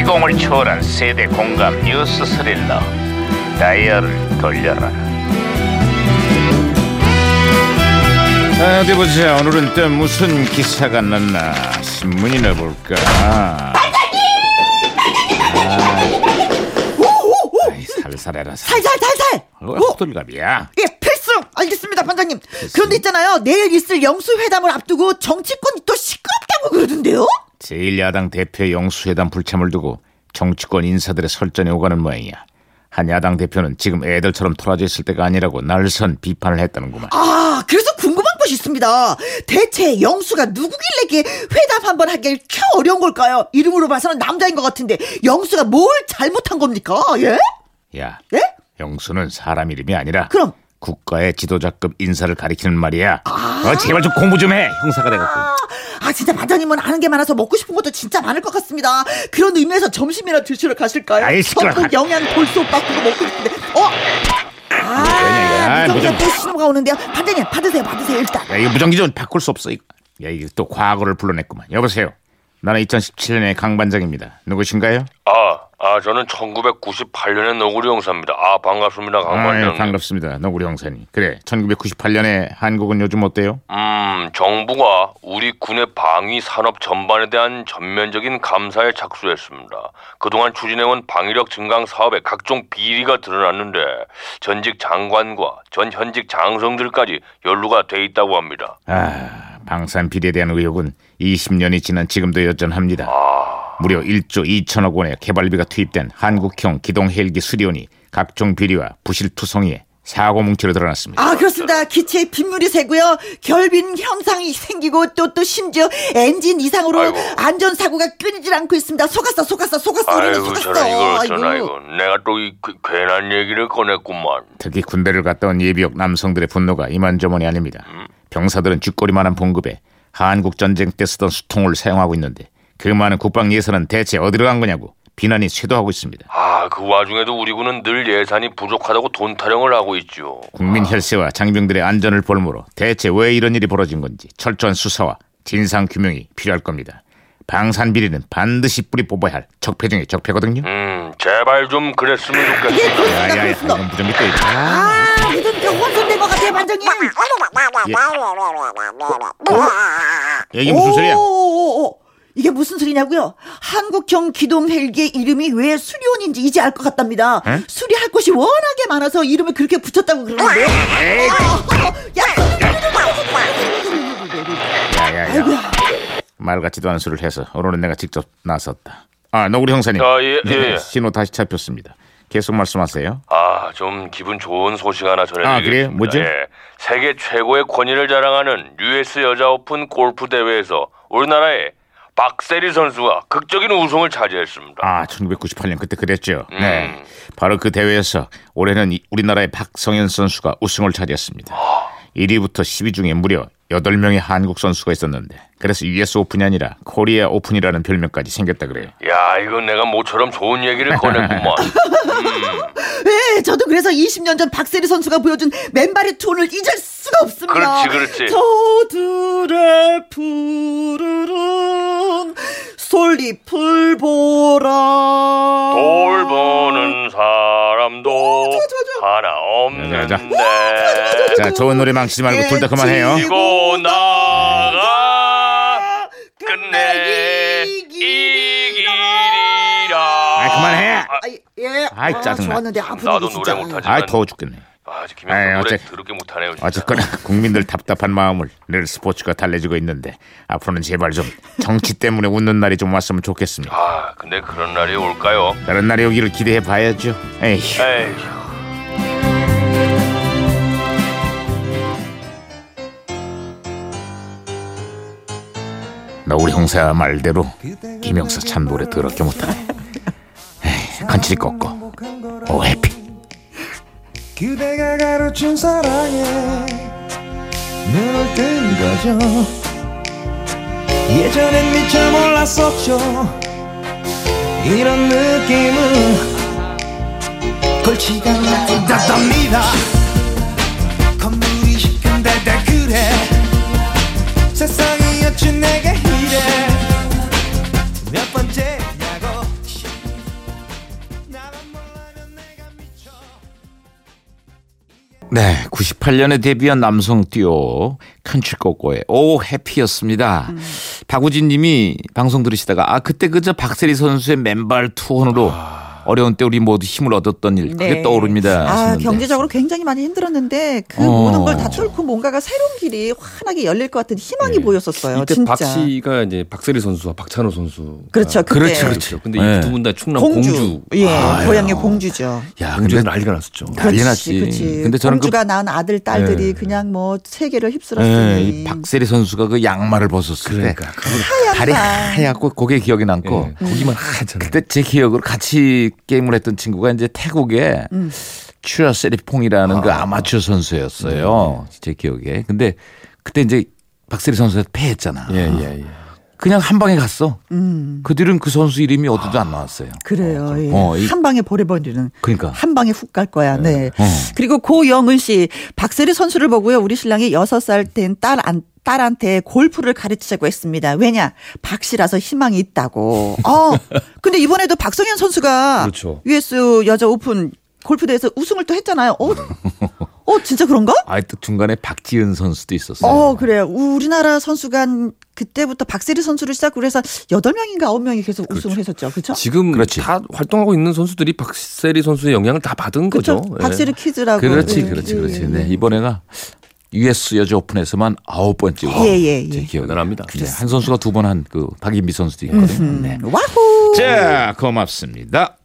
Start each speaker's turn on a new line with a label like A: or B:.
A: 감동을 초월한 세대 공감 뉴스 스릴러 다이얼을 돌려라 아, 어디 보자 오늘은 또 무슨 기사가 났나 신문이나 볼까 아이, 살살해라 살
B: 살살살살.
A: 어,
B: 오,
A: 호들갑이야
B: 예, 필수. 알겠습니다, 반장님. 그런데 있잖아요. 내일 있을 영수 회담을 앞두고 정치권이 또 시끄럽다고 그러던데요?
A: 제1야당 대표 영수회담 불참을 두고 정치권 인사들의 설전이 오가는 모양이야. 한 야당 대표는 지금 애들처럼 토라져 있을 때가 아니라고 날선 비판을 했다는구만.
B: 아, 그래서 궁금한 것이 있습니다. 대체 영수가 누구길래 이렇게 회담 한 번 하기 참 어려운 걸까요? 이름으로 봐서는 남자인 것 같은데 영수가 뭘 잘못한 겁니까? 예?
A: 야,
B: 예?
A: 영수는 사람 이름이 아니라
B: 그럼.
A: 국가의 지도자급 인사를 가리키는 말이야. 어, 제발 좀 공부 좀 해. 형사가 돼갖고.
B: 아, 아, 진짜 반장님은 아는 게 많아서 먹고 싶은 것도 진짜 많을 것 같습니다. 그런 의미에서 점심이나 드시러 가실까요?
A: 아이, 시끄러워.
B: 저도 영양 볼수 바꾸고 먹고 싶은데. 어?
A: 뭐냐,
B: 아,
A: 이거.
B: 무정
A: 아이, 뭐
B: 또
A: 좀-
B: 신호가 오는데요. 반장님 받으세요, 받으세요 일단.
A: 야, 이거 무전기 좀 바꿀 수 없어. 이거. 야, 이게 또 과거를 불러냈구만. 여보세요. 나는 2017년의 강반장입니다. 누구신가요?
C: 아, 아 저는 1998년의 너구리 형사입니다. 아 예, 반갑습니다,
A: 아,
C: 강반장.
A: 반갑습니다. 너구리 형사님. 그래, 1998년에 한국은 요즘 어때요?
C: 음, 정부가 우리 군의 방위 산업 전반에 대한 전면적인 감사에 착수했습니다. 그동안 추진해온 방위력 증강 사업에 각종 비리가 드러났는데 전직 장관과 전 현직 장성들까지 연루가 돼 있다고 합니다.
A: 아, 방산 비리에 대한 의혹은 20년이 지난 지금도 여전합니다.
C: 아.
A: 무려 1조 2천억 원의 개발비가 투입된 한국형 기동 헬기 수리온이 각종 비리와 부실 투성이에 사고 뭉치로 드러났습니다.
B: 아 그렇습니다. 기체에 빗물이 새고요. 결빈 현상이 생기고 또 또 심지어 엔진 이상으로
C: 아이고.
B: 안전 사고가 끊이질 않고 있습니다. 속았어, 속았어, 속았어, 우리는
C: 아이고
B: 속았어.
C: 저런 이걸 어쩌나 이거 내가 또 이그 괜한 얘기를 꺼냈구만.
A: 특히 군대를 갔다 온 예비역 남성들의 분노가 이만저만이 아닙니다. 병사들은 쥐꼬리만한 봉급에 한국 전쟁 때 쓰던 수통을 사용하고 있는데 그 많은 국방 예산은 대체 어디로 간 거냐고 비난이 쇄도하고 있습니다.
C: 아, 그 와중에도 우리 군은 늘 예산이 부족하다고 돈 타령을 하고 있죠.
A: 국민
B: 아.
A: 혈세와 장병들의 안전을 볼모로 대체 왜 이런 일이 벌어진 건지 철저한 수사와 진상 규명이 필요할 겁니다. 방산 비리는 반드시 뿌리 뽑아야 할 적폐 중에 적폐거든요.
C: 음, 제발 좀 그랬으면
B: 예,
C: 좋겠어.
B: 그렇습니다,
A: 야야야,
B: 그렇습니다.
A: 이건 무전기 또 있다.
B: 아, 이건 좀 혼선된 것 같아요, 반장님.
A: 야, 이게 무슨 소리야?
B: 오오오오. 이게 무슨 소리냐고요? 한국형 기동 헬기의 이름이 왜 수리온인지 이제 알 것 같답니다.
A: 응?
B: 수리할 곳이 워낙에 많아서 이름을 그렇게 붙였다고 그러는데요. 아, 야,
A: 야야야, 말 같지도 않은 소리를 해서 오늘은 내가 직접 나섰다. 아, 너구리 형사님, 네,
C: 아, 예, 예, 예.
A: 신호 다시 잡혔습니다. 계속 말씀하세요.
C: 아, 좀 기분 좋은 소식 하나 전해드리겠습니다.
A: 아, 그래요? 뭐죠?
C: 예, 세계 최고의 권위를 자랑하는 US 여자 오픈 골프 대회에서 우리나라의 박세리 선수가 극적인 우승을 차지했습니다.
A: 아, 1998년 그때 그랬죠. 네. 바로 그 대회에서 올해는 이- 우리나라의 박성현 선수가 우승을 차지했습니다. 1위부터 10위 중에 무려 8명의 한국 선수가 있었는데 그래서 US 오픈이 아니라 코리아 오픈이라는 별명까지 생겼다 그래요.
C: 야, 이건 내가 모처럼 좋은 얘기를 꺼냈구만.
B: 예, 저도 그래서 20년 전 박세리 선수가 보여준 맨발의 톤을 잊을 수가 없습니다.
C: 그렇지, 그렇지.
B: 저들의 푸르른 솔잎을 보라.
C: 돌보는 사람도
B: 어, 좋아,
C: 하나
A: 자, 자.
C: 없는데
A: 자, 좋은 노래 망치지 말고 둘 다 그만해요.
C: 이고 나가 끝내
A: 아,
C: 이기리라.
A: 그만해.
B: 아, 예.
A: 아이,
B: 아,
A: 짜증나.
B: 좋았는데 아프네
C: 나도
B: 이게
C: 노래
B: 진짜.
C: 못하지.
A: 아, 더워 죽겠네.
C: 아, 지금
A: 아이,
C: 김현 노래
A: 어째-
C: 더럽게 못하네요. 진짜.
A: 어쨌거나 국민들 답답한 마음을 늘 스포츠가 달래주고 있는데 앞으로는 제발 좀 정치 때문에 웃는 날이 좀 왔으면 좋겠습니다.
C: 아, 근데 그런 날이 올까요?
A: 다른 날이 오기를 기대해 봐야죠. 에휴.
C: 에이.
A: 나 우리 형사 말대로 김영사 참 노래 더럽게 못하네 에이, 간칠이 꺾어 오 해피
D: 그대가 가르친 사랑에 눈을 뜬 거죠 예전엔 미처 몰랐었죠 이런 느낌은 골치가 아프답답니다 건물이 시큰데다 그래 세상이 어찌 내게 이래 몇 번째냐고
A: 네, 98년에 데뷔한 남성 듀오 큰출꼬꼬의 오 해피였습니다.
B: 음.
A: 박우진 님이 방송 들으시다가 아 그때 그저 박세리 선수의 맨발 투혼으로 어려운 때 우리 모두 힘을 얻었던 일 그게
B: 아. 네.
A: 떠오릅니다.
B: 아,
A: 하시는데.
B: 경제적으로 굉장히 많이 힘들었는데 그
A: 어.
B: 모든 걸 다 뚫고 뭔가가 새로운 길이 환하게 열릴 것 같은 희망이
A: 예.
E: 네.
B: 보였었어요.
E: 이때
B: 진짜.
E: 박 씨가 이제 박세리 선수와 박찬호 선수.
B: 그렇죠. 그때
A: 그렇죠, 그렇죠.
E: 근데
A: 네.
E: 이 두 분 다 충남
B: 공주.
E: 공주.
B: 예, 고향의 공주죠.
E: 야, 공주에서 난리가 났었죠.
A: 아, 난리 났지.
B: 그렇지.
A: 근데 저는 그
B: 공주가 낳은 아들 딸들이 그냥 뭐 세계를
A: 예, 이
B: 휩쓸었으니.
A: 박세리 선수가 그 양말을 벗었을
E: 그러니까.
A: 때 발이 하얗고 그게 기억이 남고
E: 예, 거기만 하잖아요.
A: 그때 제 기억으로 같이 게임을 했던 친구가 이제 태국의 추아 세리퐁이라는 그 아마추어 선수였어요. 제 기억에. 근데 그때 이제 박세리 선수한테 패했잖아.
E: 예, 예, 예.
A: 그냥 한 방에 갔어. 그 뒤로는 그 선수 이름이 어디도 안 나왔어요.
B: 그래요. 예.
A: 어, 이-
B: 한 방에 보내버리는.
A: 그러니까. 어.
B: 한 방에 훅 갈 거야. 네. 그리고 고영은 씨, 박세리 선수를 보고요. 우리 신랑이 여섯 살 된 딸 안. 딸한테 골프를 가르치자고 했습니다. 왜냐? 박씨라서 희망이 있다고. 어. 근데 이번에도 박성현 선수가
E: 그렇죠.
B: US 여자 오픈 골프 대회에서 우승을 또 했잖아요. 어. 어, 진짜 그런가?
A: 아이 또 중간에 박지은 선수도 있었어요.
B: 어, 그래요. 우리나라 선수가 그때부터 박세리 선수를 시작으로 해서 여덟 명인가 아홉 명이 계속 우승을 했었죠. 그렇죠?
E: 지금 다 활동하고 있는 선수들이 박세리 선수의 영향을 다 받은
B: 그렇죠.
E: 거죠. 예.
B: 박세리 키즈라고.
A: 그렇지,
B: 예,
A: 그렇지,
B: 예,
A: 그렇지.
B: 예.
A: 네, 이번에가 US 여자 오픈에서만 아홉 번째. 우승.
B: 예, 예, 예.
A: 제 기억에.
E: 대단합니다.
A: 네, 한 선수가 두 번 한 그 박인비 선수도 있거든요. 네.
B: 와호.
A: 자, 고맙습니다.